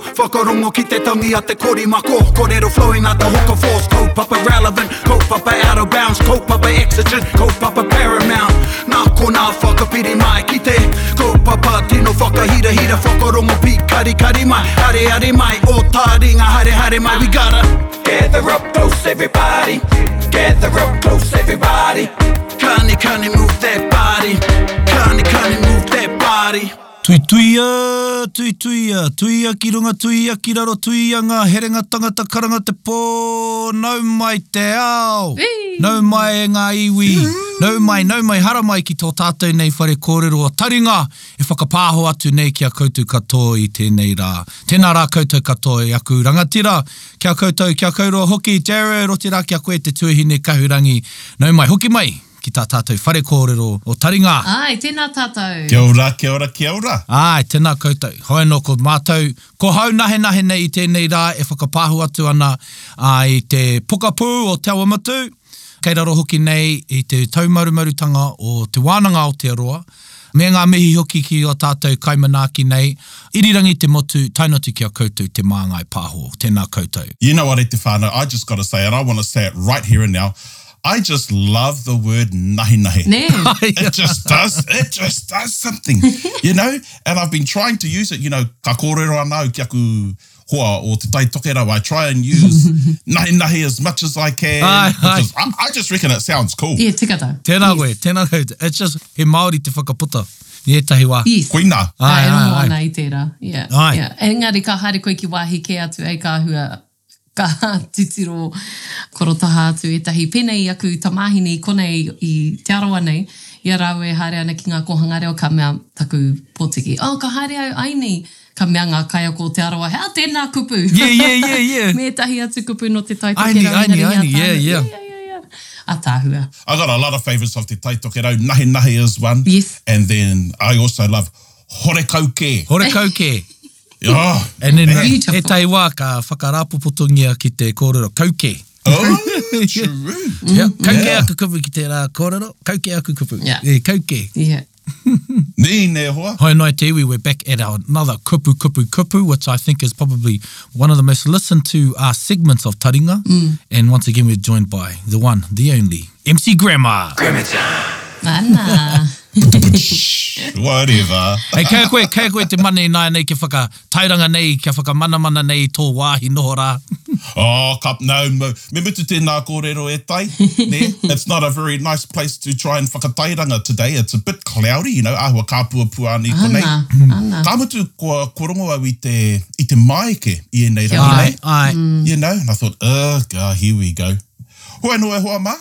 Hongo ki te tangi a te korimako Kōrero flowing a te hoko force Kaupapa relevant, kaupapa out of bounds Kaupapa exigent, kaupapa paramount Nā ko nā whakapiri mai ki te Kaupapa tino whakahira hira Whakarongo pi kari kari mai Hare hare mai, o tā ringa hare hare mai We gotta gather up close everybody Gather up close everybody Kani kani move that body Kani kani move that body Tui tuia, tui tuia, tuia ki runga, tuia ki raro, tuia ngā herenga tangata karanga te pō, nau mai te ao, Whee! nau mai e ngā iwi, nau mai, nau mai, hara mai ki tō tātou nei whare kōrero o taringa, e whakapāho atu nei kia koutou katoa i tēnei rā. Tēnā rā koutou katoa e aku rangatira, kia koutou, kia kouroa hoki, Jared, roti rā kia koe te tuahine kahurangi, nau mai, hoki mai, ki tā tātou whare kōrero o taringa. Ah. Ai, tēnā tātou. Kia ora, kia ora, kia ora. Ai, tēnā koutou. Hoi no ko mātou. Ko hau nahe nahe nei i tēnei rā e whakapāhu atu ana ai te pokapū o te awamatu. Kei raro hoki nei i te taumarumarutanga o te wānanga o te aroa. Me ngā mihi hoki ki o tātou kaimanaki nei. Irirangi te motu, tainotu kia koutou te māngai pāho. Tēnā koutou. You know what, e te whānau, I just got to say, and I want to say it right here and now, I just love the word nahi nahi. Nē, It just does, it just does something, you know? And I've been trying to use it, you know, ka kōrero anau ki aku hoa o te tai tokera, I try and use nahi nahi as much as I can. Ai, ai. because I, I just reckon it sounds cool. yeah, tikata. Tēnā Yes. koe, tēnā koutou. It's just he Māori te whakaputa. I etahi wā. Yes. Koina. Ai, Ai, ai, ai, ai. ai. Ana i tērā. Yeah. Ai. Yeah. Engari ka haere koe ki wāhi ke atu e ka hua ka titiro korotaha atu e tahi penei aku tamahine i konei i te arawa nei. Ia rau e haere ana ki ngā kohanga reo ka mea taku pōtiki. Oh, ka haere au ai nei ka mea ngā kaiako te arawa. Hea tēnā kupu. Yeah, yeah, yeah, yeah. Me tahi atu kupu no te taitake. Ai nei, ai nei, ai nei. Yeah, yeah. yeah, yeah, yeah. Atāhua. I got a lot of favourites of Te Tai Tokerau. Nahi Nahi is one. Yes. And then I also love Hore Kauke. Hore kauke. Oh, And then man. he, Beautiful. he tai wā ka whakarapopotongia ki te kōrero kauke. Oh, true. Yeah. Kauke Yeah. aku kupu ki te rā kōrero, kauke aku kupu. Yeah. E, kauke. Yeah. Nī ne hoa. Hoi noi te iwi, we're back at our another kupu kupu kupu, which I think is probably one of the most listened to uh, segments of Taringa. And once again, we're joined by the one, the only, MC Grandma. Ana. Whatever. Hei, kia koe, kia koe te mane nai nei, kia whaka tauranga nei, kia whakamanamana nei, tō wāhi noho rā. Oh, kap nau mau. Me mutu tēnā kōrero e tai. Ne? It's not a very nice place to try and whakatairanga today. It's a bit cloudy, you know, āhua kāpua puāni konei. Mm. Ana. Ana. Ka mutu kua korongo au i te, i te maike i e nei Kia rangi ora. nei. ai. you know, and I thought, oh, God, here we go. Hoi no e hoa ma.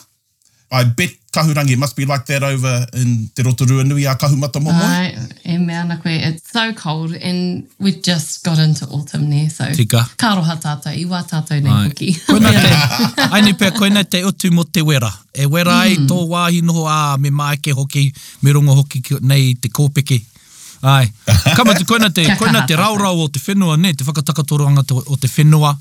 I bet kahurangi must be like that over in Te Rotorua Nui a Kahumata Momoi. Ai, e mea ana koe, it's so cold and we just got into autumn there, so Tika. ka roha tātou, i wā tātou nei Ai. hoki. Koina te, aini pia koina te utu mo te wera. E wera mm. ai tō wāhi noho a me māke hoki, me rongo hoki ki- nei te kōpeke. Ai, kamatu koina te, Kia koina kaha te tātou. raurau o te whenua, ne, te whakatakatoranga te, o te whenua,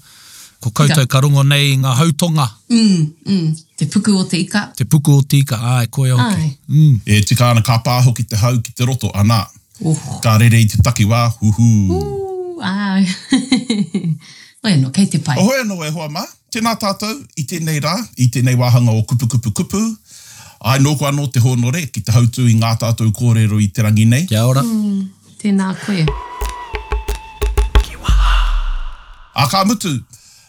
ko koutou ka rongo nei ngā hautonga, mm, mm, te puku o te ika. te puku o tika, ai, koe hoki. Ai. Mm. E tikana ka pāho ki te hau ki te roto ana. Oh, Ka rere i te takiwā, huhu. ooh, ai. Oia no, kei te pai. O hoi anō e hoa ma. Tēnā tātou, i tēnei rā, i tēnei wāhanga o kupu kupu kupu. Ai nōku anō te honore ki te hautu i ngā tātou kōrero i te rangi nei. Kia ora. Tēnā koe. A ka mutu,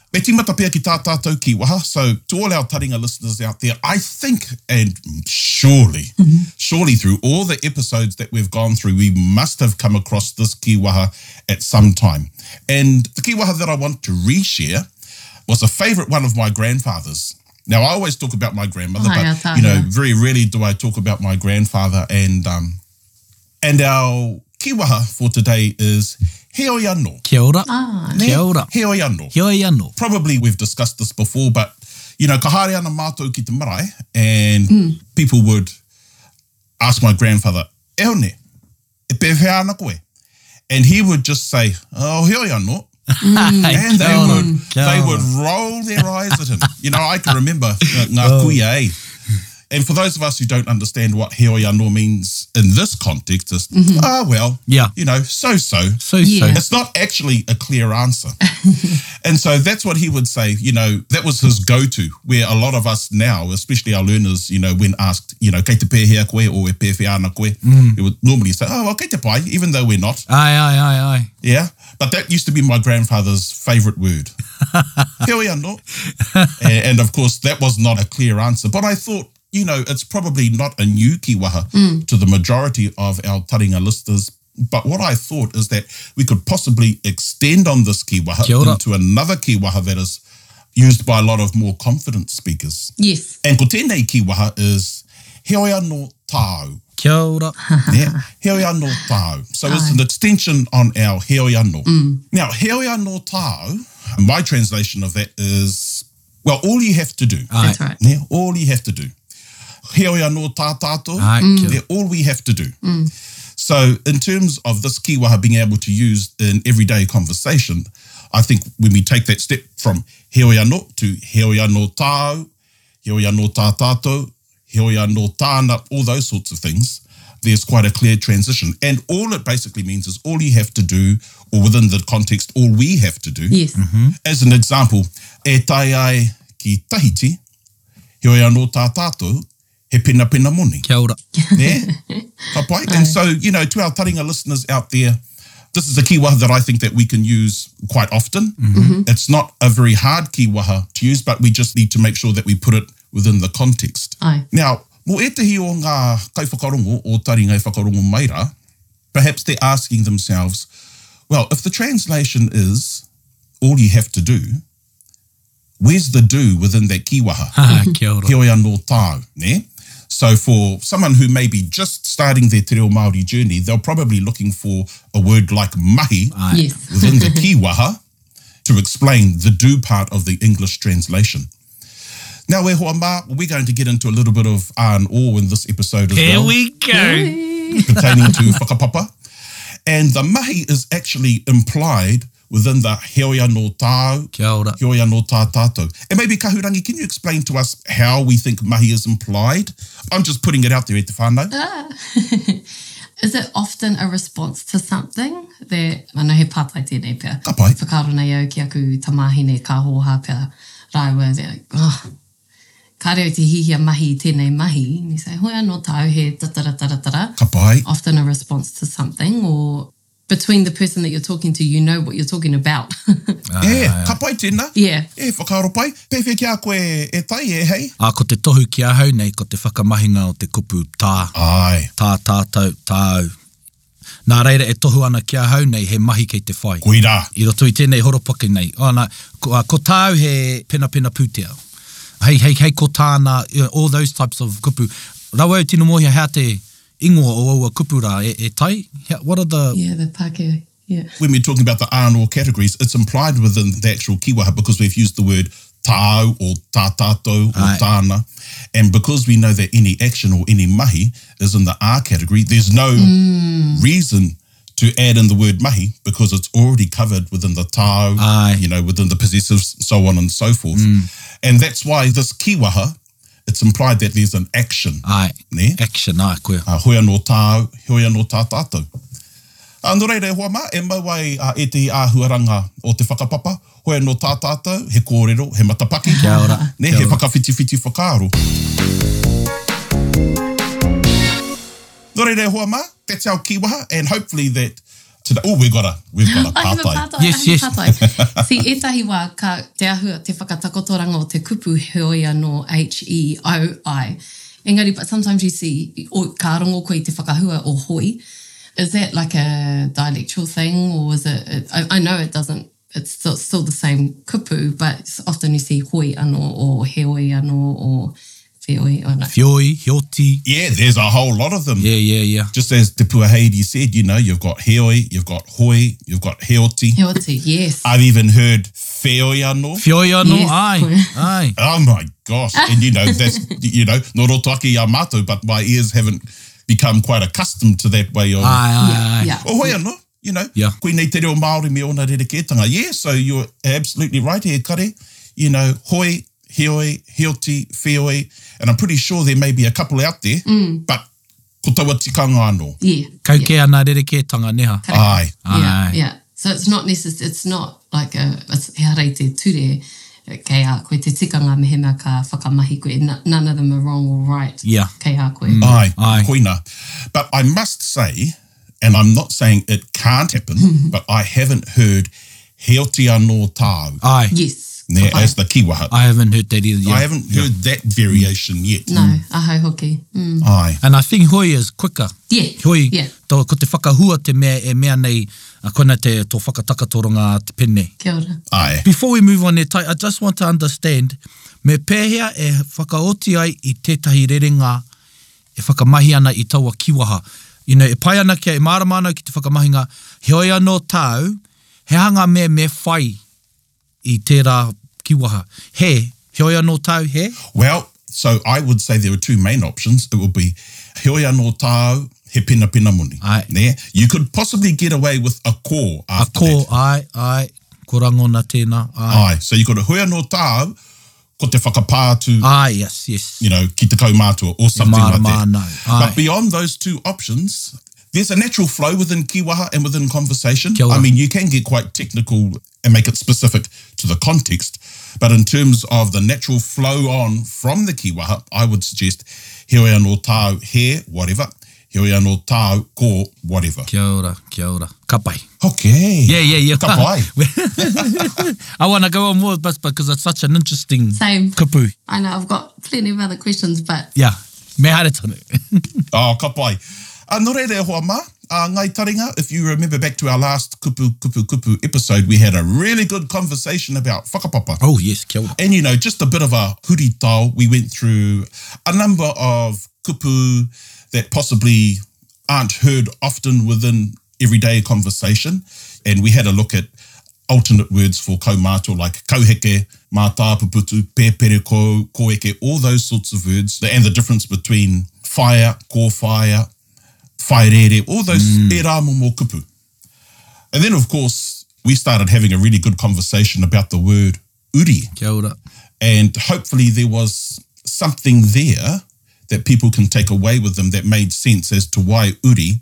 me tīmata pia ki tā tātou ki waha. So to all our taringa listeners out there, I think and surely, surely through all the episodes that we've gone through, we must have come across this ki waha at some time. And the ki waha that I want to reshare was a favorite one of my grandfather's. Now, I always talk about my grandmother, Ai, but, a you know, tāna. very rarely do I talk about my grandfather. And um, and our kiwaha for today is Heoi Anō. Kia ora. Ah, Ne? Kia ora. Heoi anō. Kia ora anō. Probably we've discussed this before, but you know, ka haere ana mātou ki te marae, and people would ask my grandfather, e hone, e pewhea ana koe? And he would just say, oh, heoi anō. Ai, And they kia ora. would, Kia they ora. would roll their eyes at him. You know, I can remember uh, ngā kuia e. And for those of us who don't understand what heoi anō means in this context, is, ah, well, Yeah. you know, so-so. So, Yeah. so. It's not actually a clear answer. and so that's what he would say, you know, that was his go to, where a lot of us now, especially our learners, you know, when asked, you know, kei te pēhea koe or e pēwhia ana koe, it would normally say, oh, well, kei te pai, even though we're not. Ai, ai, ai, ai. Yeah. But that used to be my grandfather's favorite word. Here we are, no? and, and of course, that was not a clear answer. But I thought, you know, it's probably not a new kiwaha to the majority of our taringa listeners. But what I thought is that we could possibly extend on this kiwaha Kia ora. into another kiwaha that is used by a lot of more confident speakers. Yes. And ko tēnei kiwaha is he oia no tāu. Kia ora. Yeah. Heoia no tāu. So it's an extension on our heoia no. Now, heoia no tāu, my translation of that is, well, all you have to do. That's right. Yeah, all you have to do. Heoia no tā tātou. Ai, kia Yeah, all we have to do. So, in terms of this kiwaha being able to use in everyday conversation, I think when we take that step from heoia no to heoia no tāu, heoia no tā tātou, heoia no tāna, all those sorts of things, there's quite a clear transition. And all it basically means is all you have to do, or within the context, all we have to do. Yes. Mm-hmm. As an example, e tai ai ki Tahiti, heoia no tā tātou, he pena pena moni. Kia ora. Yeah. Ka pai. And so, you know, to our taringa listeners out there, this is a kiwaha that I think that we can use quite often. It's not a very hard kiwaha to use, but we just need to make sure that we put it within the context. Ai. Now, mo etahi o ngā kaiwhakarongo o taringa e whakarongo mai rā, perhaps they're asking themselves, well, if the translation is all you have to do, where's the do within that kiwaha? Ah, kia ora. Kia ora no tāu, ne? So for someone who may be just starting their te reo Māori journey, they're probably looking for a word like mahi Yes. within the kiwaha to explain the do part of the English translation. Now, e hoa mā, we're going to get into a little bit of R and O in this episode as Here well, we go. pertaining to whakapapa. And the mahi is actually implied within the heoia no tāu, Kia ora. Kia ora no tā tātou. And maybe Kahurangi, can you explain to us how we think mahi is implied? I'm just putting it out there, e te whānau. Is it often a response to something that, ano he pātai tēnei pia. Ka pai. Whakaro nei au ki aku tamahine ka hōhā pia rāua. they're Like, oh, ka reo te hihia mahi i tēnei mahi. Ni say, hoi anō tāu he tatara taratara. Ka pai. often a response to something or between the person that you're talking to, you know what you're talking about. E, ka pai tēnā. yeah. E, whakaaro pai. Pewhi kia koe e tai e hei. A ko te tohu ki ahau nei, ko te whakamahina o te kupu tā. Ai, Tā tātou, tāu. Nā reira e tohu ana ki ahau nei, he mahi kei te whai. koe rā. I roto i tēnei horopaki nei. Ana, ko, a, ko tāu he pena pena pūtea. Hei, hei, hei ko tāna, you know, all those types of kupu. Rawa au tino mōhia hea te ingoa o aua kupu rā, e, e tai? Hea, what are the... Yeah, the Pākehā. Yeah. When we're talking about the R and O categories, it's implied within the actual kiwaha because we've used the word tāu or tā tātou or Ai. tāna. And because we know that any action or any mahi is in the R category, there's no reason to add in the word mahi because it's already covered within the tau, Aye. you know, within the possessives, so on and so forth. And that's why this kiwaha, it's implied that there's an action. Ai, Ne? action, ai, koe. Uh, hoia no tāu, hoia no tā tātou. Uh, no reira, e hoa mā, e mau ai uh, e te āhuaranga o te whakapapa, hoia no tā tātou, he kōrero, he matapaki, Kia ora, ne, kia he ora. whakawhitiwhiti whakaaro. No reira, e hoa mā, that's our kiwaha, and hopefully that today, oh, we've got a, we've got a I have a pātai. pātai. Yes, I yes. have a pātai. See, etahi wā ka te ahua, te whakatakotoranga o te kupu heoia no H-E-O-I. Engari, but sometimes you see, o, ka rongo koe i te whakahua o hoi. Is that like a dialectual thing or is it, it I, I know it doesn't, it's still, still the same kupu, but it's often you see hoi anō or heoi anō or wheoi anō. Fioi, hioti. Yeah, there's a whole lot of them. Yeah, yeah, yeah. Just as Te Puaheidi said, you know, you've got heoi, you've got hoi, you've got heoti. Heoti, yes. I've even heard wheoiano. Fioi anō, Yes, ai, koe. ai. Oh my gosh. And you know, that's, you know, Norotaki Yamato, but my ears haven't become quite accustomed to that way of. Ai, ai, ai. yeah. Oh, hoi anō, you know. Yeah. Koe nei te reo Māori me ona rerekētanga. Yeah, so you're absolutely right here, Kare. You know, hoi, heoi, heoti, wheoi. And I'm pretty sure there may be a couple out there, but ko taua tikanga anō. Yeah. Kau ke ana rerekētanga neha. Correct. Ai. Yeah, Ai. yeah. So it's not necessary, it's not like a, it's, he arei te ture, eh, kei a koe te tikanga mehema ka whakamahi koe, N- none of them are wrong or right. Yeah. Mm. Kei a koe. Aye, Mm-hmm. Aye. koina. But I must say, and I'm not saying it can't Mm-hmm. happen, but I haven't heard heotia no tāu. Aye. Yes. There, Papai. as the kiwaha. I haven't heard that either. Yeah. Mm. I haven't heard that variation yet. No, ahau hoki. Mm. Aye. And I think hoi is quicker. Yeah, Hoi, yeah. tō, ko te whakahua te mea e mea nei, a kona te tō whakatakatoranga te pene. Kia ora. Aye. Before we move on e tai, I just want to understand, me pēhea e whakaoti ai i tētahi rerenga e whakamahi ana i taua kiwaha. You know, e pai ana kia e māramanau ki te whakamahinga, he oi anō tāu, he hanga me me whai i tērā kiwaha. He, he oi anō tāu, he? Well, so I would say there are two main options. It would be heoia no tāu, he pena pena muni. Aye. There. You could possibly get away with a kō A after kō, that. ai, ai, ko rangona tēnā, ai. Aye. So you could heoia no tāu, ko te whakapātu, Ah, yes, yes. you know, ki te kaumātua or something like that. Māramanau. Aye. But beyond those two options, there's a natural flow within kiwaha and within conversation. Kia ora. I mean, you can get quite technical and make it specific to the context, but in terms of the natural flow on from the kiwaha, I would suggest heoia no tāu he, whatever, heoia no tāu ko, whatever. Kia ora, kia ora. Ka pai. Okay. Yeah, yeah, yeah. Ka pai. I want to go on more, but because it's such an interesting Same. kapu. I know, I've got plenty of other questions, but Yeah, me haere tonu. Oh, ka pai. Uh, nō reira e hoa mā. Uh, ngai taringa, if you remember back to our last kupu kupu kupu episode, we had a really good conversation about whakapapa. oh, yes, kia ora. And you know, just a bit of a huri tau, we went through a number of kupu that possibly aren't heard often within everyday conversation. And we had a look at alternate words for kaumātua like kauheke, mātāpuputu, pēpereko, koeke, all those sorts of words, and the difference between fire, ko fire, whaerere, all those mm. e rā momo kupu. And then, of course, we started having a really good conversation about the word uri. Kia ora. And hopefully there was something there that people can take away with them that made sense as to why Uri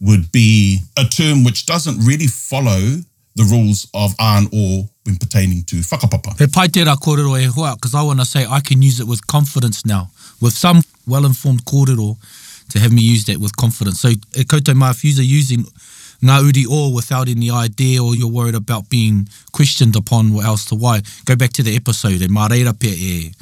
would be a term which doesn't really follow the rules of an or when pertaining to whakapapa. He pai tērā kōrero e hoa, because I want to say I can use it with confidence now, with some well-informed kōrero to have me use that with confidence. So e koutou mai, if you're using ngā uri o without any idea or you're worried about being questioned upon or else to why, go back to the episode and mā reira pia e,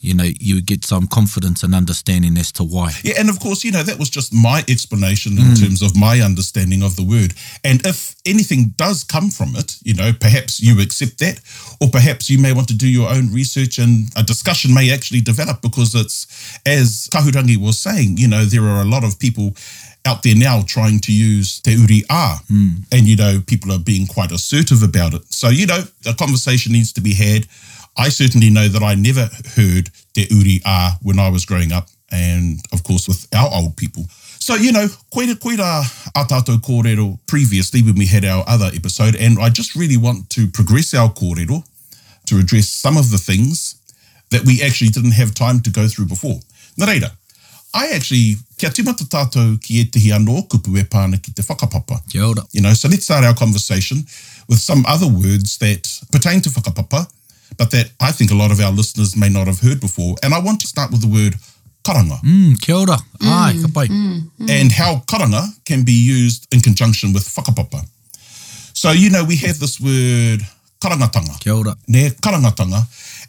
you know, you get some confidence and understanding as to why. Yeah, and of course, you know, that was just my explanation in terms of my understanding of the word. And if anything does come from it, you know, perhaps you accept that, or perhaps you may want to do your own research and a discussion may actually develop because it's, as Kahurangi was saying, you know, there are a lot of people out there now trying to use te uri a. And, you know, people are being quite assertive about it. So, you know, a conversation needs to be had. I certainly know that I never heard te uri a when I was growing up and of course with our old people. So, you know, koira koira a tātou kōrero previously when we had our other episode, and I just really want to progress our kōrero to address some of the things that we actually didn't have time to go through before. Nā reira, I actually, kia tīmata tātou ki e tihi anō kupu e pāna ki te whakapapa. Kia ora. You know, so let's start our conversation with some other words that pertain to whakapapa, but that I think a lot of our listeners may not have heard before. And I want to start with the word karanga Mm, kia ora. Ai, ka pai. and how karanga can be used in conjunction with whakapapa. So, you know, we have this word karangatanga. Kia ora. Ne karangatanga.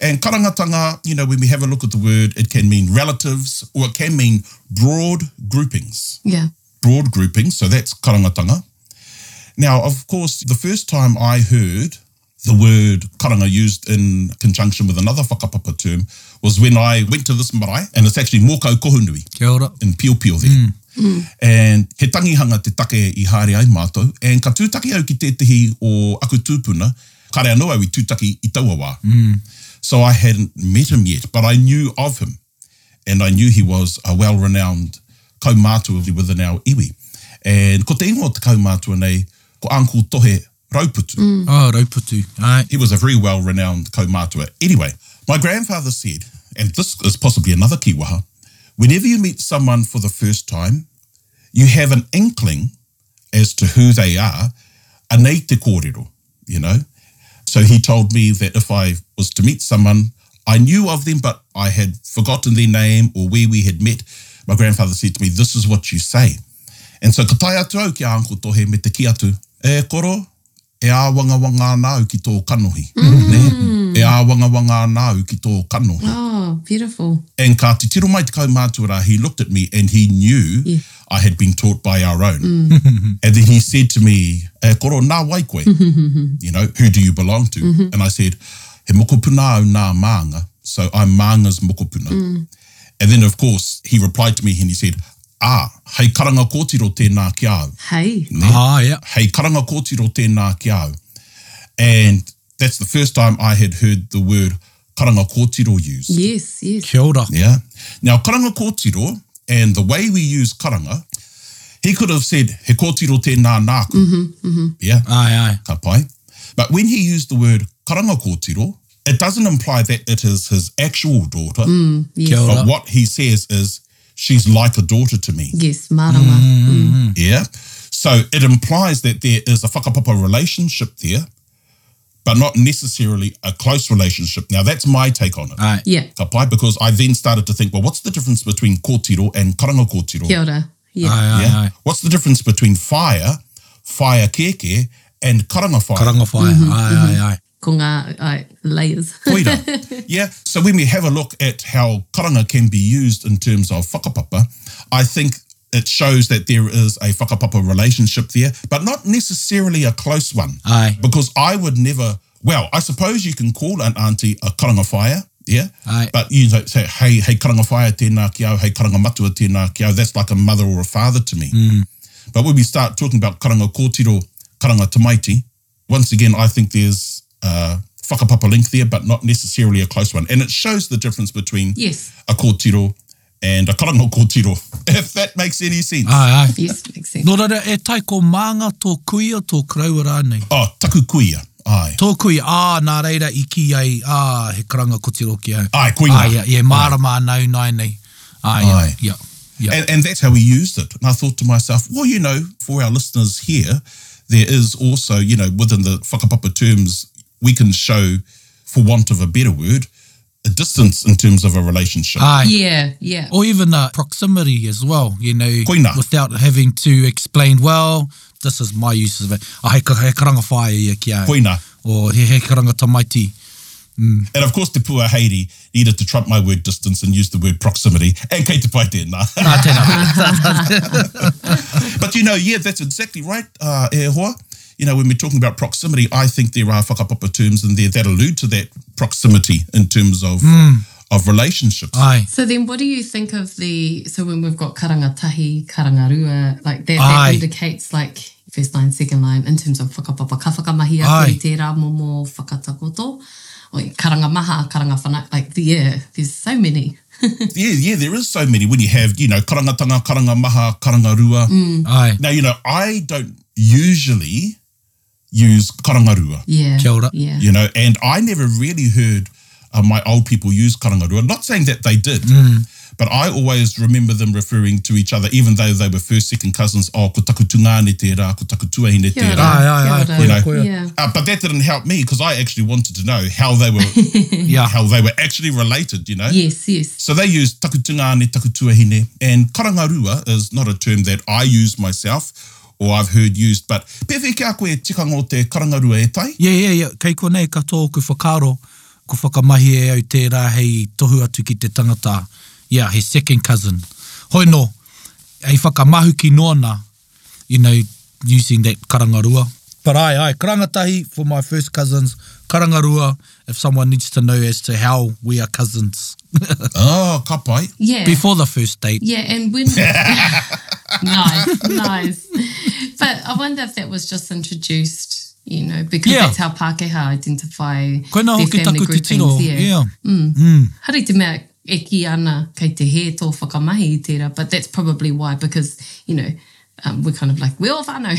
And karangatanga, you know, when we have a look at the word, it can mean relatives or it can mean broad groupings. yeah. broad grouping. So that's karangatanga. Now, of course, the first time I heard the word karanga used in conjunction with another whakapapa term was when I went to this marae, and it's actually Mokau Kohunui Kia ora. in Pio Pio there. And he tangihanga te take i haere ai mātou, and ka tūtaki au ki tētahi o aku tūpuna, ka rea noa i tūtaki i tauawa. So I hadn't met him yet, but I knew of him. And I knew he was a well-renowned kaumātua within our iwi. And ko te ingoa te kaumātua nei, ko Uncle Tohe Rauputu. Oh, rauputu. Ai. He was a very well renowned kaumātua. Anyway, my grandfather said, and this is possibly another kiwaha, whenever you meet someone for the first time, you have an inkling as to who they are anei te kōrero, you know. So he told me that if I was to meet someone, I knew of them, but I had forgotten their name or where we had met. My grandfather said to me, this is what you say. And so ka tai atu au ki a anko tohe me te ki atu, e koro, e a wanga wanga ana au ki tō kanohi. Mm. Ne? E a wanga wanga ana au ki tō kanohi. Oh, beautiful. And ka te tiro mai te kaumātua, he looked at me and he knew Yeah. I had been taught by our own. and then he said to me, e, koro nā waikwe, you know, who do you belong to? And I said, he mokopuna au nā mānga, so I'm mānga's mokopuna. And then of course, he replied to me and he said, ah, hei karanga kōtiro tēnā ki au. Hey. Ah, yeah. Hei karanga kōtiro tēnā ki au. And that's the first time I had heard the word karanga kōtiro used. Yes, yes. Kia ora. Yeah. Now, karanga kōtiro and the way we use karanga, he could have said, he kōtiro tēnā nāku. Yeah, Ai, ai. ka pai. But when he used the word karanga kōtiro, it doesn't imply that it is his actual daughter, Kia Yes. ora. but what he says is, she's like a daughter to me. Yes, Mm. Mm. marama. Yeah. So it implies that there is a whakapapa relationship there, but not necessarily a close relationship. Now, that's my take on it. Ai. Yeah. ka pai, because I then started to think, well, what's the difference between kōtiro and karanga kōtiro? Kia ora. Yeah. Ai, ai, Yeah? ai. What's the difference between whaia, whaia keke, and karanga whaia? Karanga whae. Ai, ai, ai. Mm-hmm. Ko ngā ai, layers. Koira. yeah. So when we have a look at how karanga can be used in terms of whakapapa, I think it shows that there is a whakapapa relationship there, but not necessarily a close one. Aye. Because I would never, well, I suppose you can call an auntie a karanga whaia, yeah? Aye. But you know, say, hey, hey, karanga whaia tēnā ki au, hey, karanga matua tēnā ki au, that's like a mother or a father to me. But when we start talking about karanga kōtiro, karanga tamaiti, once again, I think there's uh, whakapapa link there, but not necessarily a close one. And it shows the difference between Yes. a kōtiro and a karanga kōtiro, if that makes any sense. Ai, ai. Yes, makes sense. Nō reira, e tai ko mānga tō kuia tō kraura nei. Oh, taku kuia. Ai. Tō kui, ā, nā reira, i ki ai, ā, he karanga kotiro ki au. Ai, koinga. Ai, ia, ia, mārama anau nai nei. Ai, ai. Ai. E- ia, ia. And, and that's how we used it. And I thought to myself, well, you know, for our listeners here, there is also, you know, within the whakapapa terms, we can show, for want of a better word, a distance in terms of a relationship. Ai. Yeah, yeah. Or even uh, proximity as well, you know, Koina. without having to explain, well, this is my use of it. Ah, he, ka- he karanga whae ia ki au. Koina. Or he, he karanga tamaiti. And of course, Te Pua Haiti needed to trump my word distance and use the word proximity. And kei te pai tēnā. Nā tēnā. but you know, yeah, that's exactly right, uh, e hoa. You know, when we're talking about proximity, I think there are whakapapa terms in there that allude to that proximity in terms of of relationships. Ai. So then what do you think of the, so when we've got karanga tahi, karanga rua, like that, Aye. that indicates like first line, second line in terms of whakapapa, ka whakamahi a Aye. kuri tērā momo whakatakoto, or karanga maha, karanga whana, like the, yeah, there's so many. Yeah, yeah, there is so many when you have, you know, karangatanga, karanga maha, karanga rua. Ai. Now, you know, I don't usually use karanga rua. Yeah. Kia ora. Yeah. you know, and I never really heard uh, my old people use karangarua. Not saying that they did, but I always remember them referring to each other, even though they were first, second cousins. Oh, ko taku tungane te rā, ko taku tuahine te Kia rā. ora. Ai, ai, ai. Kia Koia, ora. koia. Yeah. Uh, but that didn't help me because I actually wanted to know how they were Yeah. how they were actually related, you know. Yes, yes. So they use taku tungane, taku tuahine, and karangarua is not a term that I use myself or I've heard used, but pewhi kia koe tikango te karangarua e tai. Ia, ia, ia, kei konei ka tō ku whakaro, ku whakamahi e au tērā hei tohu atu ki te tangata. Ia, he second cousin. Hoi no, ei whakamahu ki nōna, you know, using that karangarua. But ai, ai, karangatahi for my first cousins, karangarua if someone needs to know as to how we are cousins. Oh, ka pai. Yeah. Before the first date. Yeah, and when nice, nice. But I wonder if that was just introduced, you know, because Yeah. that's how Pākehā identify Koina their hoki family taku te tiro. groupings. Yeah. Mm. Yeah. Haere te mea e ki ana kei te he tō whakamahi i tērā, but that's probably why, because, you know, um, we're kind of like, we all whānau.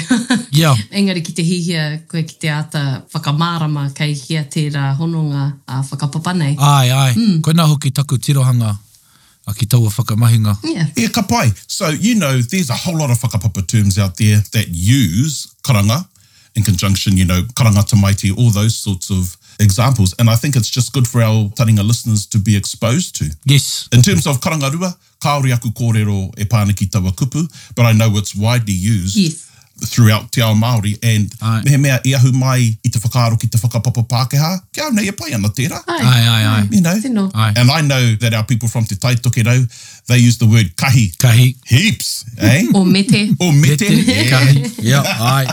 Yeah. Engari ki te hihia, koe ki te ata whakamārama kei hia tērā hononga a whakapapa nei. Ai, ai. Mm. Koina hoki taku tirohanga a ki taua whakamahinga. Yeah. Yeah, ka pai. So, you know, there's a whole lot of whakapapa terms out there that use karanga in conjunction, you know, karangata maiti, all those sorts of examples. And I think it's just good for our taringa listeners to be exposed to. Yes. In terms of karangarua, kaori aku kōrero e pāniki tawa kupu, but I know it's widely used Yes. throughout te ao Māori and Ai. mehe mea i ahu mai i te whakaaro ki te whakapapa Pākehā, kia au nei e pai ana tērā. Ai, Ai, ai, ai. You know? Tino. Ai. And I know that our people from Te Taitokero, they use the word kahi Kahi. heaps, eh? O mete. Or mete. Mete. Kahi. Yeah. Ai.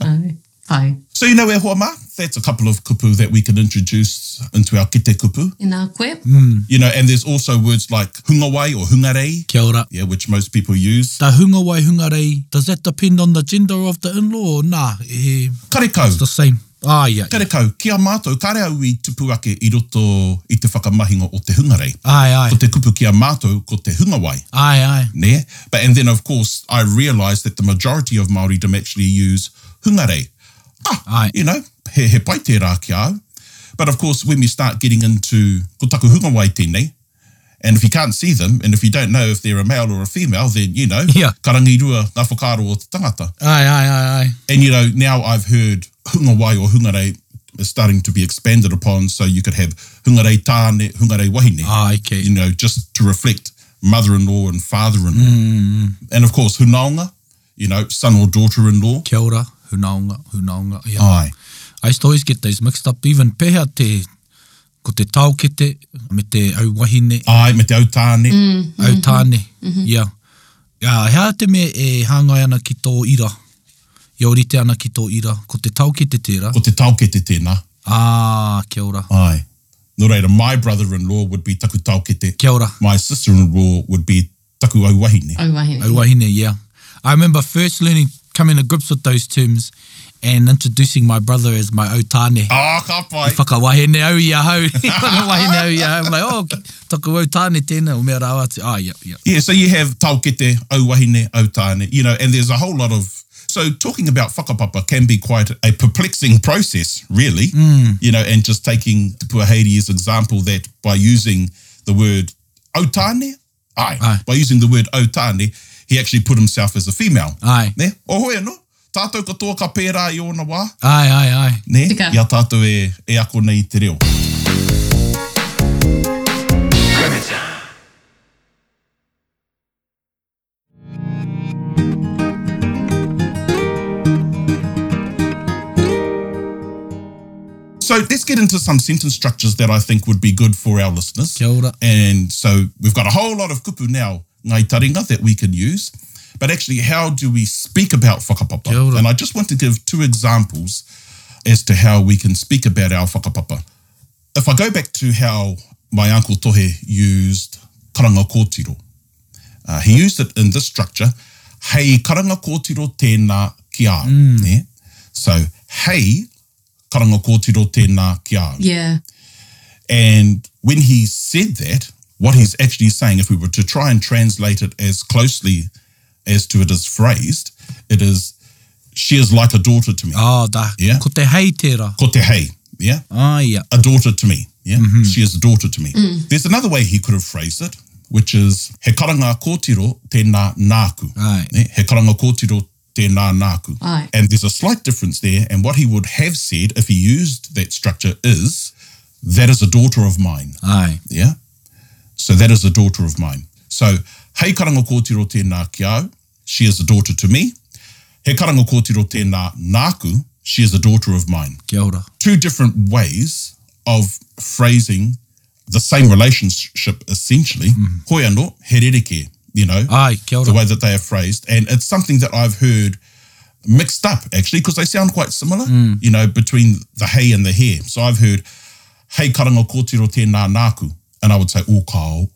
Ai. Ai. So you know e hoa mā? That's a couple of kupu that we can introduce into our kite kupu. E nā koe. Mm. You know, and there's also words like hungawai or hungarei, Kia ora. yeah, which most people use. The hunga wai hungarei, does that depend on the gender of the in-law or nah? Eh, Karekau. the same. Ah, yeah. yeah. Karekau, kia mātou, kare au i tupu ake i roto i te whakamahinga o te hungarei. Ai, ai. Ko te kupu kia mātou, ko te hungawai. Ai, ai. ne? But and then of course I realised that the majority of Maoridom actually use hungare. Ah, Aye. you know, he he pai te rā ki au. But of course, when we start getting into ko taku hunga wai tēnei, and if you can't see them, and if you don't know if they're a male or a female, then you know, Yeah. karangirua ngā whakaaro o te tangata. Ai, ai, ai, ai. And you know, now I've heard hunga wai or hungare is starting to be expanded upon, so you could have hungare tāne, hungare wahine Ai, okay. you know, just to reflect mother-in-law and father-in-law. And of course, hunaunga, you know, son or daughter-in-law. Kia ora, hunaonga, hunaonga. Yeah. Aye. I used to always get those mixed up, even pēhea te, ko te taukete, me te auwahine, Ai, me te autane. Mm. mm-hmm. au tāne. Mm-hmm. Yeah. Yeah, hea te me e hāngai ana ki tō ira. Ia ori te ana ki tō ira. Ko te taukete tērā. Ko te taukete tēnā. Ah, kia ora. Ai. No reira, my brother-in-law would be taku taukete. Kia ora. My sister-in-law would be taku auwahine. Au wahine. Auwahine, yeah. I remember first learning, coming to grips with those terms and introducing my brother as my autane. Ah, ka pai. I whakawahene au i a hau. I whakawahene au i a hau. I'm like, oh, taku au tāne tēnā o mea rāwa te. Ah, yeah, yeah. Yeah, so you have taukete, auwahine, autane, you know, and there's a whole lot of so talking about whakapapa can be quite a perplexing process, really. Hmm. You know, and just taking Te Puaheiri's example that by using the word autane, aye, Aye. by using the word autane, he actually put himself as a female. Ai, Ne? Ohoe no? Tātou katoa ka pērā i ōna wā. ai, ai, ai. Ne? Tika. Ia tātou e, e ako nei te reo. So let's get into some sentence structures that I think would be good for our listeners. Kia ora. And so we've got a whole lot of kupu now, ngai taringa, that we can use. But actually, how do we speak about whakapapa? Kia ora. And I just want to give two examples as to how we can speak about our whakapapa. If I go back to how my uncle Tohe used karanga kōtiro, uh, he used it in this structure, hei karanga kōtiro tēnā ki au. Mm. Yeah? So, hei karanga kōtiro tēnā ki au. Yeah. And when he said that, what he's actually saying, if we were to try and translate it as closely as to it is phrased, it is, she is like a daughter to me. Ah, da. Yeah. Ko te hei tērā. Ko te hei, yeah? Ai, yeah. A daughter to me, yeah? She is a daughter to me. There's another way he could have phrased it, which is, he karanga kōtiro tēnā nāku. Right. Ne? He karanga kōtiro tēnā nāku. Right. And there's a slight difference there. And what he would have said if he used that structure is, that is a daughter of mine. Ai. Yeah. So that is a daughter of mine. So, hei karango kōtiro tēnā ki au, she is a daughter to me. He karango kōtiro tēnā nāku, she is a daughter of mine. Kia ora. Two different ways of phrasing the same relationship, essentially. Hoi anō, he rerekē, you know, Ai, kia the ora. way that they are phrased. And it's something that I've heard mixed up, actually, because they sound quite similar, Mm. you know, between the hey and the hair. So I've heard, hei karanga kōtiro tēnā nāku. And I would say, o kao.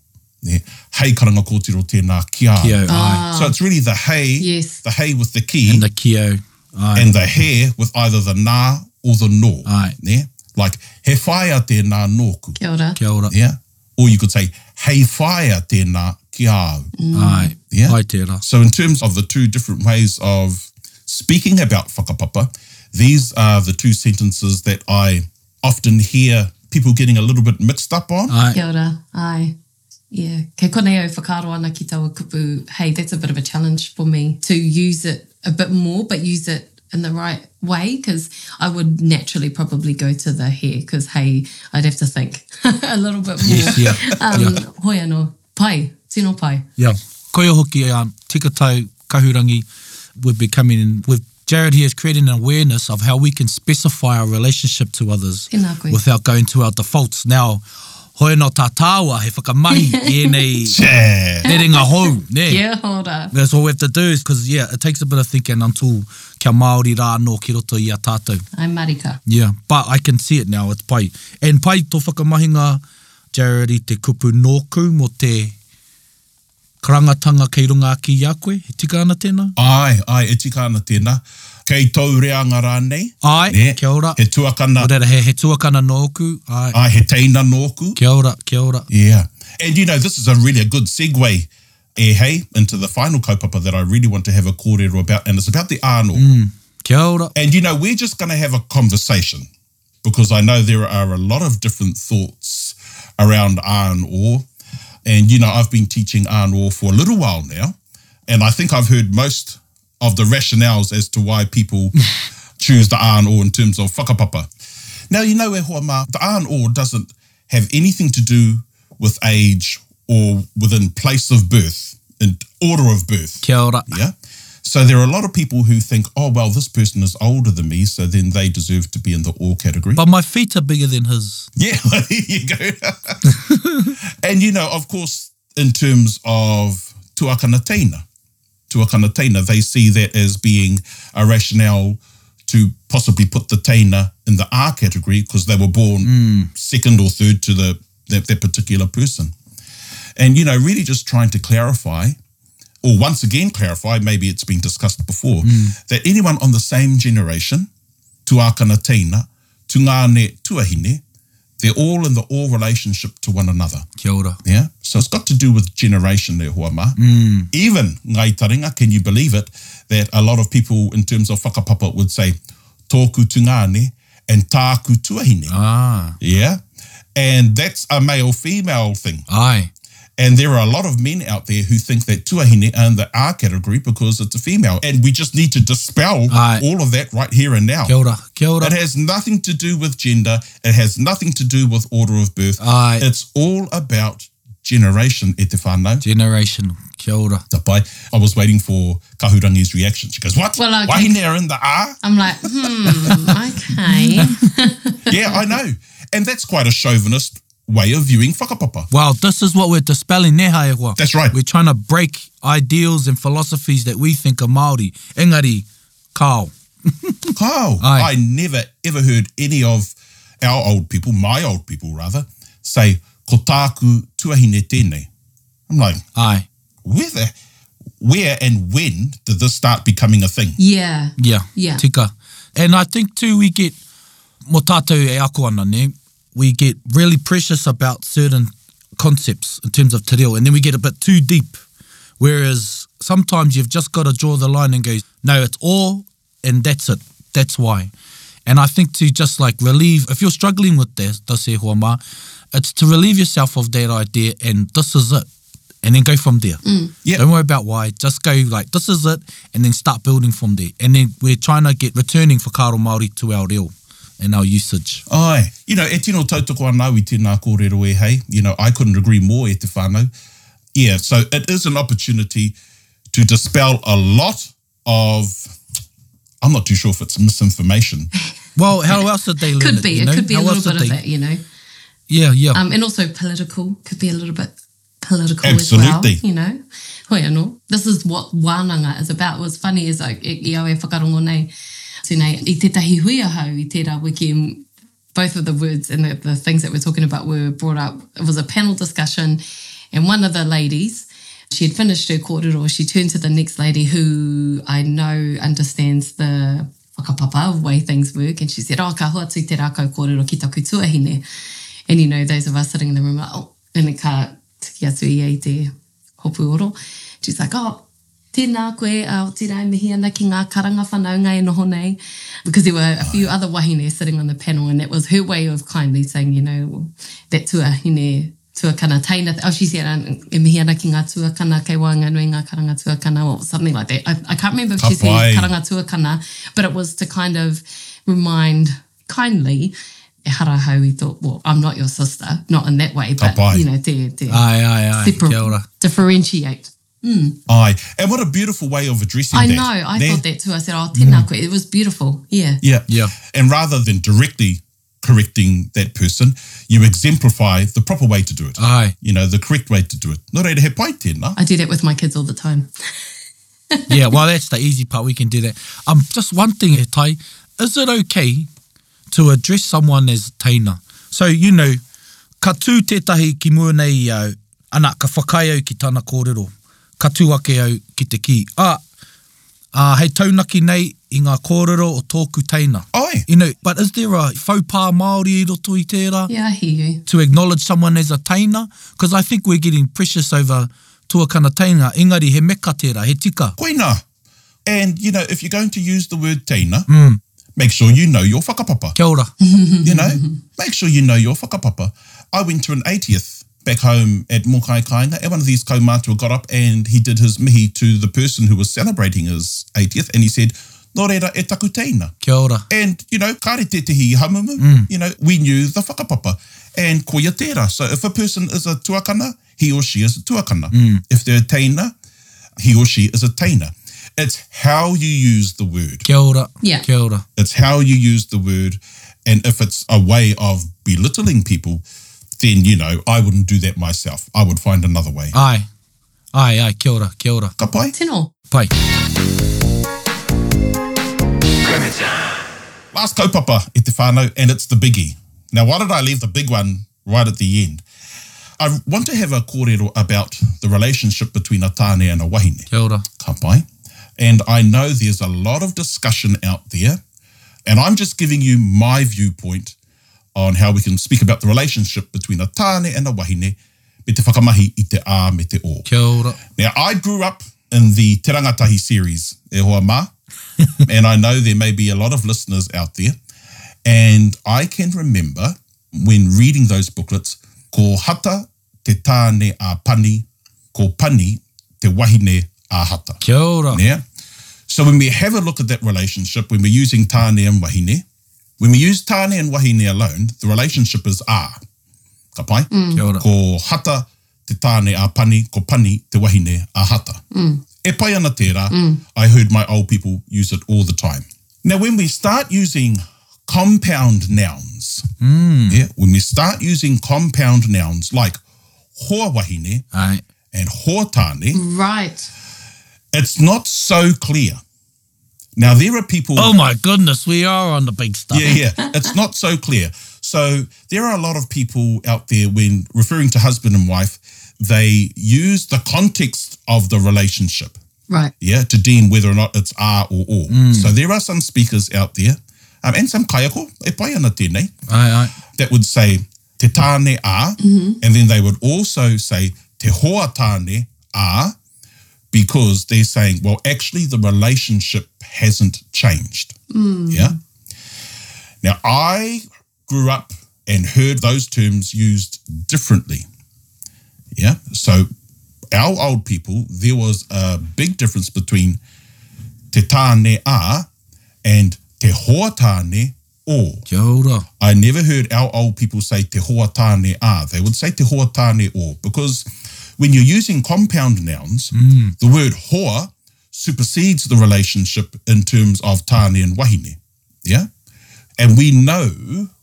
Yeah. Hei karanga kōtiro tēnā kia. Kia au, ai. So it's really the hey, Yes. the hey with the key, And the kia au. Ai. and the hair with either the nā or the no. Aye. Yeah. Like, he whaia tēnā nōku. Kia ora. Kia ora. Yeah. Or you could say, hei whaia tēnā kia au. Mm. Ai. Yeah. Ai tērā. So, in terms of the two different ways of speaking about whakapapa, these are the two sentences that I often hear people getting a little bit mixed up on. Ai. Kia ora. Ai. Yeah. Kei konei au whakaaro ana ki taua kupu, hey, that's a bit of a challenge for me to use it a bit more, but use it in the right way because I would naturally probably go to the hair because, hey, I'd have to think a little bit more. Yes, yeah, um, yeah. Hoi anō, pai, tino pai. Yeah. Koia hoki um, tika tau kahurangi. We've been coming in with Jared here is creating an awareness of how we can specify our relationship to others Tēnā koe. without going to our defaults. Now, hoi no tā tāua he whakamahi e nei Yeah. te ringa hou. Ne? Yeah, hold up. That's what we have to do is because, yeah, it takes a bit of thinking until kia Māori rā no ki roto i a tātou. I'm Marika. Yeah, but I can see it now, it's pai. And pai tō whakamahinga, Jared, i te kupu nōku mo te karangatanga kei runga aki i a koe, he tika ana tēnā. Ai, ai, e tika ana tēnā. Kei tau reanga rānei. Ai, Ne? kia ora. He tuakana, Orera, he, he tuakana nōku, ai, ai, he teina nōku. kia ora, kia ora. Yeah. And you know, this is a really a good segue, eh, hey, into the final kaupapa that I really want to have a kōrero about, and it's about the Arno. Kia ora. And you know, we're just going to have a conversation because I know there are a lot of different thoughts around iron ore. And you know, I've been teaching iron ore for a little while now, and I think I've heard most of the rationales as to why people choose the iron ore in terms of whakapapa. Now, you know, e hoa mā, the iron ore doesn't have anything to do with age or within place of birth and order of birth. Kia ora. Yeah. So there are a lot of people who think, oh, well, this person is older than me, so then they deserve to be in the all category. But my feet are bigger than his. yeah, well, there you go. and, you know, of course, in terms of tuakanatena, tuakanatena, they see that as being a rationale to possibly put the tena in the R category because they were born second or third to the that, that particular person. And, you know, really just trying to clarify or once again clarify, maybe it's been discussed before, that anyone on the same generation, tuakana tēnā, tungane tuahine, they're all in the all relationship to one another. Kia ora. Yeah. So it's got to do with generation there, Huama. Hmm. Mm. Even Ngai Taringa, can you believe it? That a lot of people in terms of whakapapa would say, tōku tungane and tāku tuahine. Ah, Yeah. And that's a male female thing. ai. And there are a lot of men out there who think that tuahine are in the R category because it's a female. And we just need to dispel Aye. all of that right here and now. Kia ora, kia ora. It has nothing to do with gender. It has nothing to do with order of birth. Aye. It's all about generation, e te whānau. Generation, kia ora. Tapai. I was waiting for Kahurangi's reaction. She goes, what? Well, okay. Wahine are in the R? I'm like, hmm, okay. yeah, I know. And that's quite a chauvinist way of viewing whakapapa. Wow, this is what we're dispelling neha e hoa. That's right. We're trying to break ideals and philosophies that we think are Māori. Engari, kao. Kyle, Aye. I never ever heard any of our old people, my old people rather, say kotaku tuahine tēnei. I'm like, Ai, where the, where and when did this start becoming a thing? yeah. yeah, Yeah. tika. And I think too we get, mō tātou e ako ana ne, we get really precious about certain concepts in terms of te reo, and then we get a bit too deep. Whereas sometimes you've just got to draw the line and go, no, it's all, and that's it. That's why. And I think to just like relieve, if you're struggling with this, this e hoa mā, it's to relieve yourself of that idea and this is it. And then go from there. Yeah. Don't worry about why. Just go like, this is it. And then start building from there. And then we're trying to get returning for karo Māori to our reo and our usage. Ai, you know, e tino tautoko anau i tēnā kōrero e hei. You know, I couldn't agree more e te whānau. Yeah, so it is an opportunity to dispel a lot of, I'm not too sure if it's misinformation. Well, how else did they learn Could it, be. you It know? could be a How little else did bit of they- that, you know. Yeah, yeah. Um, and also political could be a little bit political as well, Absolutely. you know. Hoi anō. This is what wānanga is about. What's funny is like, i, i au e whakarongo nei, tēnei, i tētahi hui ahau i tērā wiki, m- both of the words and the, the things that we're talking about were brought up. It was a panel discussion and one of the ladies, she had finished her kōrero, she turned to the next lady who I know understands the whakapapa of way things work and she said, oh, ka hoatu te rākau kōrero ki taku tuahine. And you know, those of us sitting in the room, like, oh, and it ka tiki atu i ei te hopu oro. She's like, oh, tēnā koe, uh, tēnā mihi ana ki ngā karanga whanaunga e noho nei. Because there were a few other wahine sitting on the panel and that was her way of kindly saying, you know, that tuahine tuakana taina. Oh, she said, um, e mihi ana ki ngā tuakana, kei wānga nui ngā karanga tuakana, or something like that. I, I can't remember if she said Ka pai. karanga tuakana, but it was to kind of remind kindly, e harahau i tō, well, I'm not your sister, not in that way, Ka but, pai. you know, te, te Ai, ai, ai. separ- Kia ora. differentiate. Aye. And what a beautiful way of addressing I that. know, I Ne? thought that too. I said, oh, tēnā Mm. koe, it was beautiful, yeah. Yeah. Yeah. And rather than directly correcting that person, you exemplify the proper way to do it. Ai. You know, the correct way to do it. No reira he pai tēnā. I do that with my kids all the time. yeah, well, that's the easy part. We can do that. Um, just one thing, here, Tai. Is it okay to address someone as taina? So, you know, ka tū tētahi ki mua nei i au, ana, ka whakai au ki tāna kōrero, ka tū ake au ki te ki. Ah, uh, hei taunaki nei i ngā kōrero o tōku taina. Aye. You know, but is there a faux pas Māori i roto i tērā? Yeah, I hear you. to acknowledge someone as a taina? Because I think we're getting precious over tuakana taina. Engari, he meka tērā, he tika. Koina. And, you know, if you're going to use the word tēnā, make sure you know your whakapapa. Kia ora. you know, make sure you know your whakapapa. I went to an 80th back home at Mokai Kainga, and one of these kaumātua got up and he did his mihi to the person who was celebrating his 80th, and he said, Nō reira e taku teina. Kia ora. And, you know, kare te tihi i hamumu, you know, we knew the whakapapa. And ko ia tērā. So if a person is a tuakana, he or she is a tuakana. If they're a teina, he or she is a teina. It's how you use the word. Kia ora. Yeah. Kia ora. It's how you use the word. And if it's a way of belittling people, then, you know, I wouldn't do that myself. I would find another way. Ai. Ai, ai, kia ora, kia ora. Ka pai? Tino. Pai. Last kaupapa e te whānau, and it's the biggie. Now, why did I leave the big one right at the end? I want to have a kōrero about the relationship between a tāne and a wahine. Kia ora. Ka pai? And I know there's a lot of discussion out there, and I'm just giving you my viewpoint on how we can speak about the relationship between a tāne and a wahine, me te whakamahi i te ā me te o. Kia ora. Now, I grew up in the Te Rangatahi series, e hoa mā, and I know there may be a lot of listeners out there. And I can remember when reading those booklets, ko hata te tāne a pani, ko pani te wahine a hata. Kia ora. Yeah. So when we have a look at that relationship, when we're using tāne and wahine, when we use tāne and wahine alone, the relationship is ā. Ka pai? Kia ora. Ko hata te tāne a pani, ko pani te wahine a hata. E pai ana tērā, I heard my old people use it all the time. Now, when we start using compound nouns, Hmm, yeah, when we start using compound nouns like hoa wahine Ai. and hoa tāne, Mm. Right. it's not so clear. Now there are people. Oh my goodness, we are on the big stuff. yeah, yeah. It's not so clear. So there are a lot of people out there when referring to husband and wife, they use the context of the relationship, Right. yeah, to deem whether or not it's R or or. So there are some speakers out there, um, and some kayako e pai ana tēnei, Ai, ai. that would say te tāne a, and then they would also say te hoa tāne a, because they're saying, well, actually the relationship hasn't changed. Yeah. Now I grew up and heard those terms used differently. Yeah. So our old people, there was a big difference between te tāne a and te hoa tāne o. Kia ora. I never heard our old people say te hoa tāne a. They would say te hoa tāne o because when you're using compound nouns, Mm. Hmm, the word hoa supersedes the relationship in terms of tāne and wahine. Yeah? And we know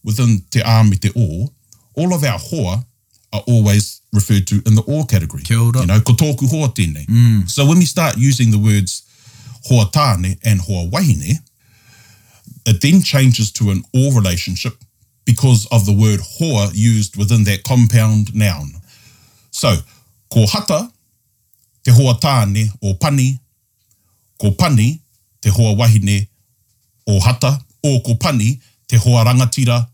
within te a me te o, all of our hoa are always referred to in the o category. Kia ora. You know, ko tōku hoa tēnei. hmm. So when we start using the words hoa tāne and hoa wahine, it then changes to an or relationship because of the word hoa used within that compound noun. So, ko hata, te hoa tāne o pani, ko pani, te hoa wahine o hata, o ko pani, te hoa rangatira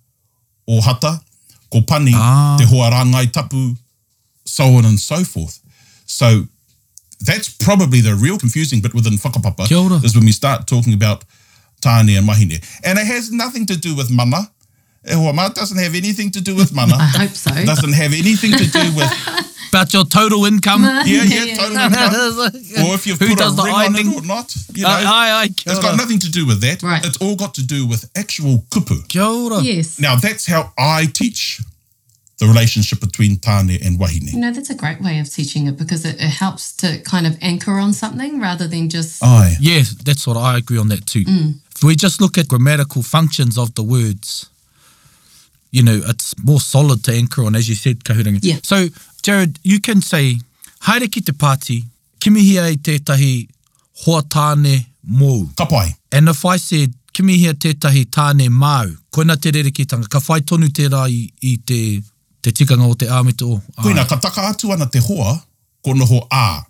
o hata, ko pani, Ah. te hoa rangai tapu, so on and so forth. So, that's probably the real confusing bit within whakapapa Kia ora. is when we start talking about tāne and wahine. And it has nothing to do with mana. E hoa mā doesn't have anything to do with mana. I hope so. Doesn't have anything to do with, About your total income. yeah, Yeah, yeah, yeah. total income. Or if you've Who put a does the Uh, ring eye on thing? it or not. You know, Aye, aye, aye, kia it's got ora. nothing to do with that. Right. It's all got to do with actual kupu. Kia ora. Yes. Now, that's how I teach the relationship between tāne and wahine. You know, that's a great way of teaching it because it, it helps to kind of anchor on something rather than just. Aye. Yeah, that's what I agree on that too. If we just look at grammatical functions of the words, you know, it's more solid to anchor on, as you said, kahuranga. Yeah. So, Jared, you can say, haere ki te pāti, kimihia i tētahi hoa tāne mōu. Ka pai. And if I said, kimihia tētahi tāne māu, koina te rerekitanga, ka whai tonu te rā i, i te, te tikanga o te āmito. o. Ah. Koina, ka taka atu ana te hoa, ko noho ā.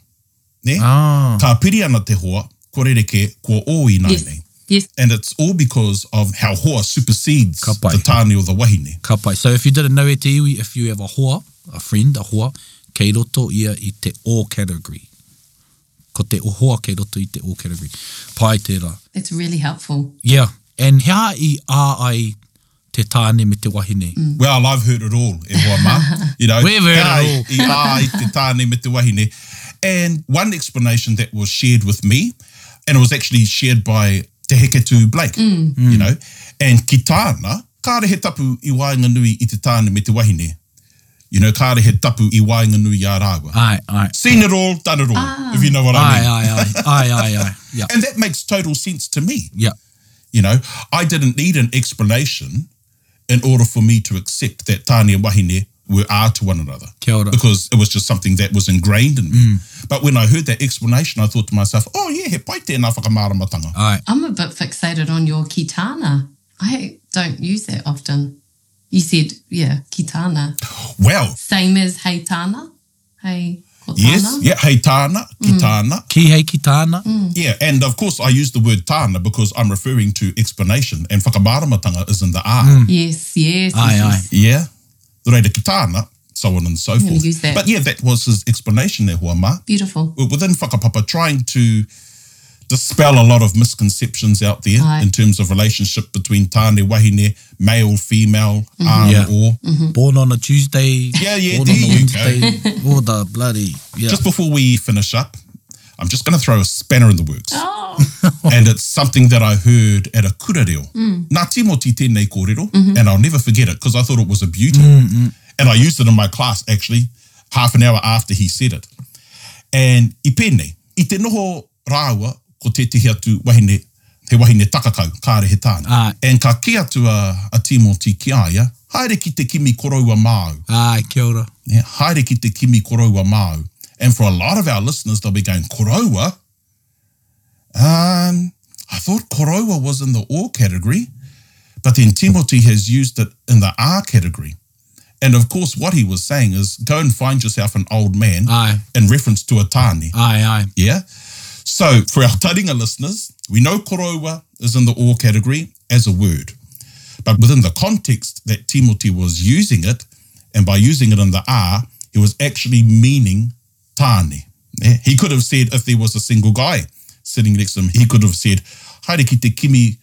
Ne? Ah. Ka piri ana te hoa, ko rereke, ko o i nāne. Yes. Yes. And it's all because of how hoa supersedes Ka pai. the tāne or the wahine. Ka pai. So if you didn't know e te iwi, if you have a hoa, a friend, a hoa, kei roto ia i te o category. Ko te o hoa kei roto i te o category. Pai tērā. That's really helpful. Yeah. And hea i a ai te tāne me te wahine. Mm. Well, I've heard it all, e hoa mā. You know, We've heard it all. it all. I, te tāne me te wahine. And one explanation that was shared with me, and it was actually shared by Te Heketu Blake, you know, and ki tāna, kā rehe tapu i Wainga Nui i te tāne me te wahine. You know, kā rehe tapu i Wainga Nui a rāua. Ai, ai. Seen it all, done it all, if you know what I Ai, mean. ai, ai. Ai, ai, ai. Yeah. And that makes total sense to me. Yeah. You know, I didn't need an explanation in order for me to accept that Tani and Wahine were are to one another. Kia ora. Because it was just something that was ingrained in me. But when I heard that explanation, I thought to myself, oh yeah, he pai tēnā whakamāramatanga. Ai. I'm a bit fixated on your kitana. I don't use that often. You said, yeah, kitana. Well, Same as hey tana. Hey kotana. yes, yeah, hei tāna, ki Mm. tāna. Ki hei ki tāna. Yeah, and of course I use the word tāna because I'm referring to explanation and whakamāramatanga is in the R. Mm. Yes, yes. Ai, yes, ai. yes. Yeah, the rate of kitana, so on and so gonna forth. use that. But yeah, that was his explanation there, Huama. Beautiful. We're within Whakapapa trying to dispel a lot of misconceptions out there Aye. in terms of relationship between tāne, wahine, male, female, um, Yeah. Mm-hmm. or. Born on a Tuesday. Yeah, yeah, born there on a you Wednesday. All the bloody. Yeah. Just before we finish up, I'm just going to throw a spanner in the works. Oh, and it's something that I heard at a kurareo. Nā Timoti tēnei kōrero, and I'll never forget it because I thought it was a beauty. And I used it in my class actually, half an hour after he said it. And i pēnei, i te noho rāua ko te tihi atu wahine, te wahine takakau, kāre he tāna. Ai. And ka kī atu a, a Timoti ki aia, haere ki te kimi koroua māu. Ai, kia ora. Yeah, haere ki te kimi koroua māu. And for a lot of our listeners, they'll be going, koroua? Um, I thought koroua was in the or category, but then Timothy has used it in the R category. And of course, what he was saying is go and find yourself an old man Aye. in reference to a tāne. Ai, ai. Yeah. So for our taringa listeners, we know korowa is in the or category as a word, but within the context that Timothy was using it, and by using it in the R, he was actually meaning tani. Yeah. He could have said if there was a single guy sitting next to him, he could have said, Haere ki te kimi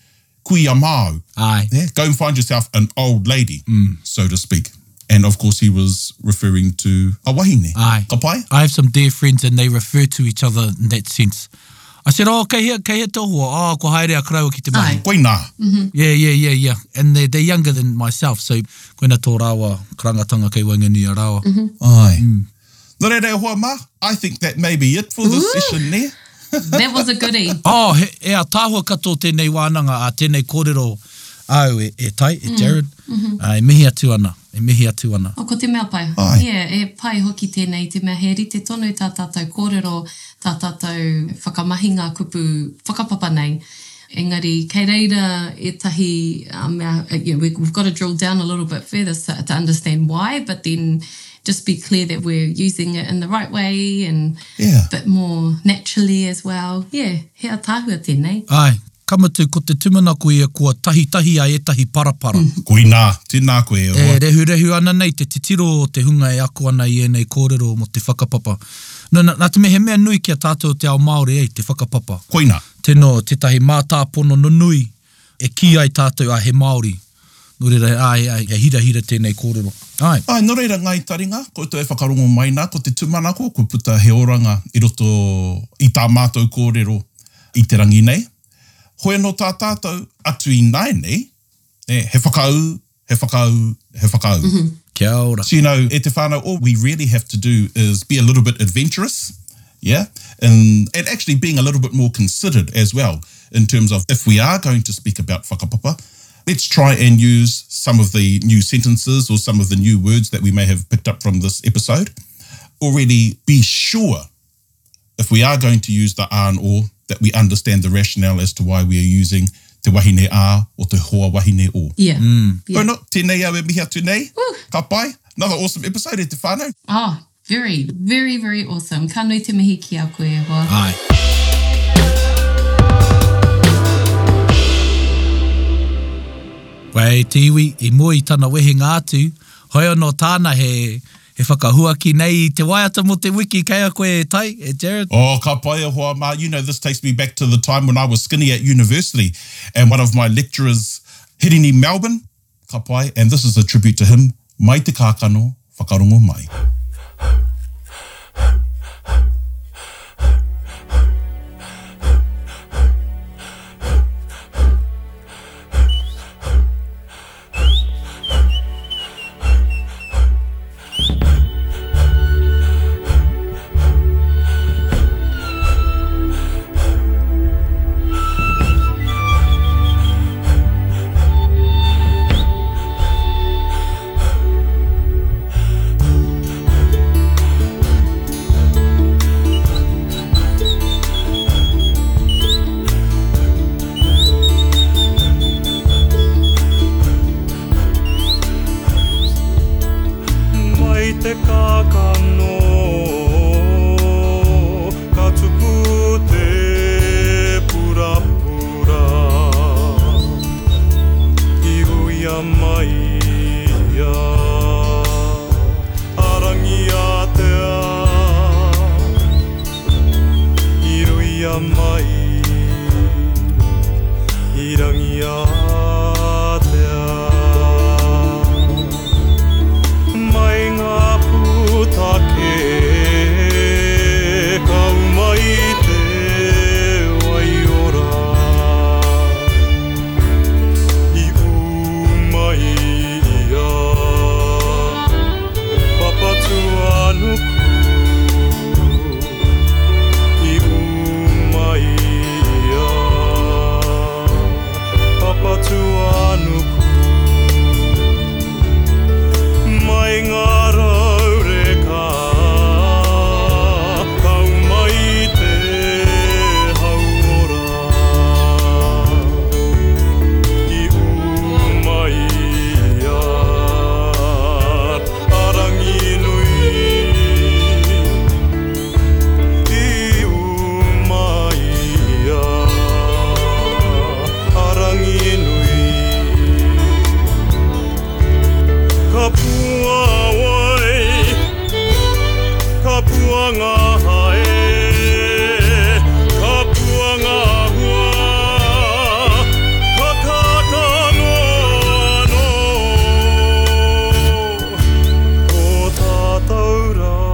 kui a mau." Ai. Yeah, go and find yourself an old lady, so to speak. And of course, he was referring to a wahine. Aye. Ka pai? I have some dear friends and they refer to each other in that sense. I said, oh, kei hea, kei hea te hoa. Oh, ko haere a karaua ki te mahi. Aye. Koina. Yeah, yeah, yeah, yeah. And they're, they're younger than myself, so koina tō rawa, karangatanga kei wainganui a rawa. Aye. No re re hoa ma, I think that may be it for this Ooh. session there. that was a goodie. Oh, he, e a tāhua katoa tēnei wānanga a tēnei kōrero au e, e tai, e Jared. Mm-hmm. Uh, e mihi atu ana, e mihi atu ana. O Oh, ko te mea pai. Ai. Yeah, e pai hoki tēnei te mea heri te tonu tā tātou kōrero, tā tātou whakamahinga kupu whakapapa nei. Engari, kei reira e tahi, um, uh, you know, we've got to drill down a little bit further to, to understand why, but then just be clear that we're using it in the right way and Yeah. a bit more naturally as well. Yeah, hea tāhua tēnei. Ai, kamatu ko te tumanako ia kua tahi tahi a e tahi parapara. Mm. Koina, tēnā koe e E hoa. rehu rehu ana nei, te titiro o te hunga e ako ana i enei kōrero mo te whakapapa. Nā, nā, nā te me he mea nui kia tātou te ao Māori ei, te whakapapa. Koina. Tēnō, tētahi mātāpono no nui e ki ai tātou a he Māori. Nō reira, ai, ai, he hira hira tēnei kōrero. Ai, Ai, nō reira ngai taringa, ko tō e whakarongo mai nā, ko te tumanako, ko puta he oranga i roto i tā mātou kōrero i te rangi nei. Hoi anō tā tātou atu i nai nei, e, he whakau, he whakau, he whakau. Mm -hmm. kia ora. So, you know, e te whānau, all we really have to do is be a little bit adventurous, yeah? And, and actually being a little bit more considered as well in terms of if we are going to speak about whakapapa, let's try and use some of the new sentences or some of the new words that we may have picked up from this episode. Already be sure if we are going to use the R and O that we understand the rationale as to why we are using te wahine R or te hoa wahine O. Yeah. Mm. yeah. Yeah. Ono, tēnei au e mihi atu nei. Ka pai. Another awesome episode e te whānau. Oh, very, very, very awesome. Ka nui te mihi ki a koe hoa. Ai. Wei, te iwi, i mua i tana wehenga atu, hoi anō tāna he, he whakahuaki nei i te waiata mo te wiki kei a koe e tai, e Jared. Oh, ka pai e hoa mā. You know, this takes me back to the time when I was skinny at university and one of my lecturers, Hirini Melbourne, ka pai, and this is a tribute to him, mai te kākano, whakarongo mai. mai te kākano Ka tupu te purapura I uia mai ia Arangi a te a I ruia mai I rangi a te a mai ngā pūtake ka umai te waiora i umai ia papatua nuku i umai ia papatua nuku mai ngā raure kā Kau mai te hauora I u mai ar Arangi nui I u mai ar Arangi nui Ka pua oi, ka pua ngā hae, ka pua ngā hua, ka kākano anō. Ko tātou rā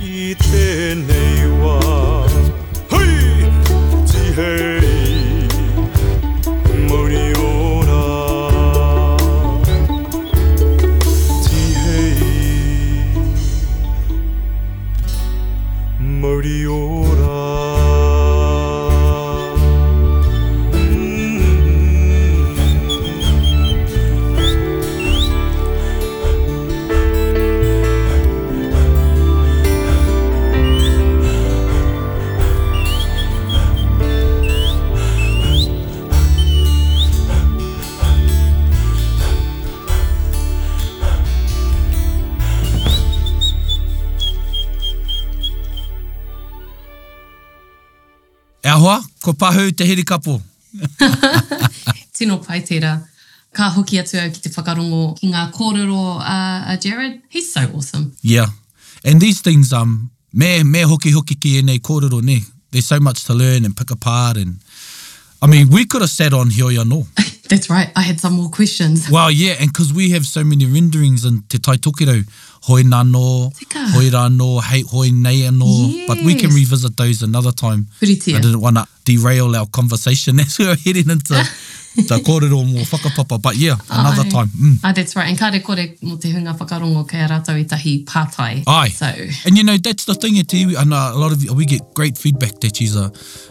i tēnei wā. Hei! Tihei! Mauri ora Tihei Mauri ora mm. Ea hoa, E ko pahu te hirikapo. Tino pai tērā. Ka hoki atu au ki te whakarongo ki ngā kōrero uh, uh, Jared. He's so awesome. Yeah. And these things, um, me, me hoki hoki ki e nei kōrero ne. There's so much to learn and pick apart and I mean, we could have sat on Hioia no. That's right. I had some more questions. Well, yeah, and because we have so many renderings in Te Tai Tokiro, hoi nā no, Tika. hoi rā no, hei hoi nei anō, but we can Yes. revisit those another time. Puritia. I didn't want to derail our conversation as we were heading into the kōrero mō whakapapa, but yeah, another Ai. time. Mm. Ah, that's right. And kāre kore mō te hunga whakarongo kei a rātou i tahi pātai. Aye. So, And you know, that's the thing, e te iwi, and uh, a lot of we get great feedback that she's uh,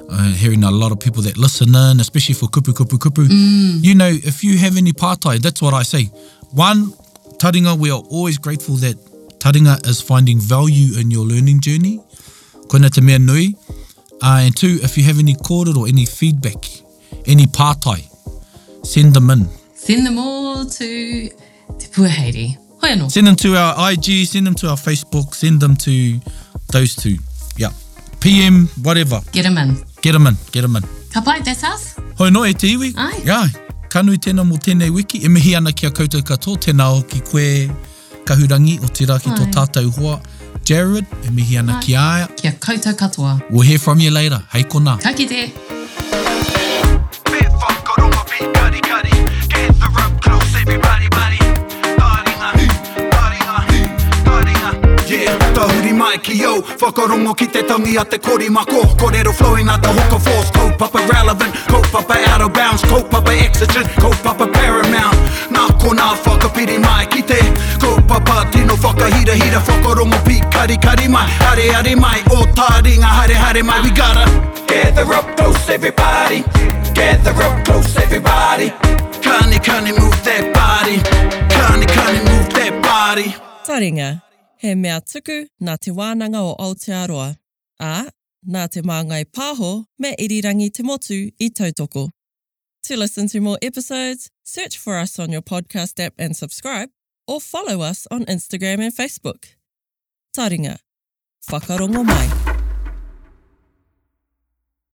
uh, hearing a lot of people that listen in, especially for kupu kupu kupu. You know, if you have any partai, that's what I say. One, taringa, we are always grateful that taringa is finding value in your learning journey. Koina te mea nui. Uh, and two, if you have any kōrero, any feedback, any partai, send them in. send them all to te puaheiri. Hoi anō. Send them to our IG, send them to our Facebook, send them to those two. Yeah. PM, whatever. Get them in. Get them in, get them in. Ka pai, that's us. Hoi no e te iwi. Ai. Yeah. Kanui tēnā mō tēnei wiki. E mihi ana kia koutou katoa, tēnā o ki koe kahurangi o te rā ki tō Ai. tātou hoa. Jared, e mihi ana Ai. ki aia. Kia koutou katoa. We'll hear from you later. Hei kona. Ka kite. Bit fuck, got all my feet cuddy cuddy. Get the rope close, everybody, buddy. Taringa, taringa, taringa. Yeah, tahuri mai ki yo Whakarongo ki te tangi a te kori mako Kōrero flowing a te hoka force Kaupapa relevant, kaupapa out of bounds Kaupapa exigent, kaupapa paramount Nā kona whakapiri mai ki te Kaupapa tino whakahira hira Whakarongo pi kari kari mai Hare hare mai, o tā ringa hare hare mai We gotta gather up close everybody Gather up close everybody Kani kani move that body Kani kani move that body Taringa, he mea tuku nā te wānanga o Aotearoa, ā, nā te māngai pāho me irirangi te motu i tautoko. To listen to more episodes, search for us on your podcast app and subscribe, or follow us on Instagram and Facebook. Taringa, whakarongo mai.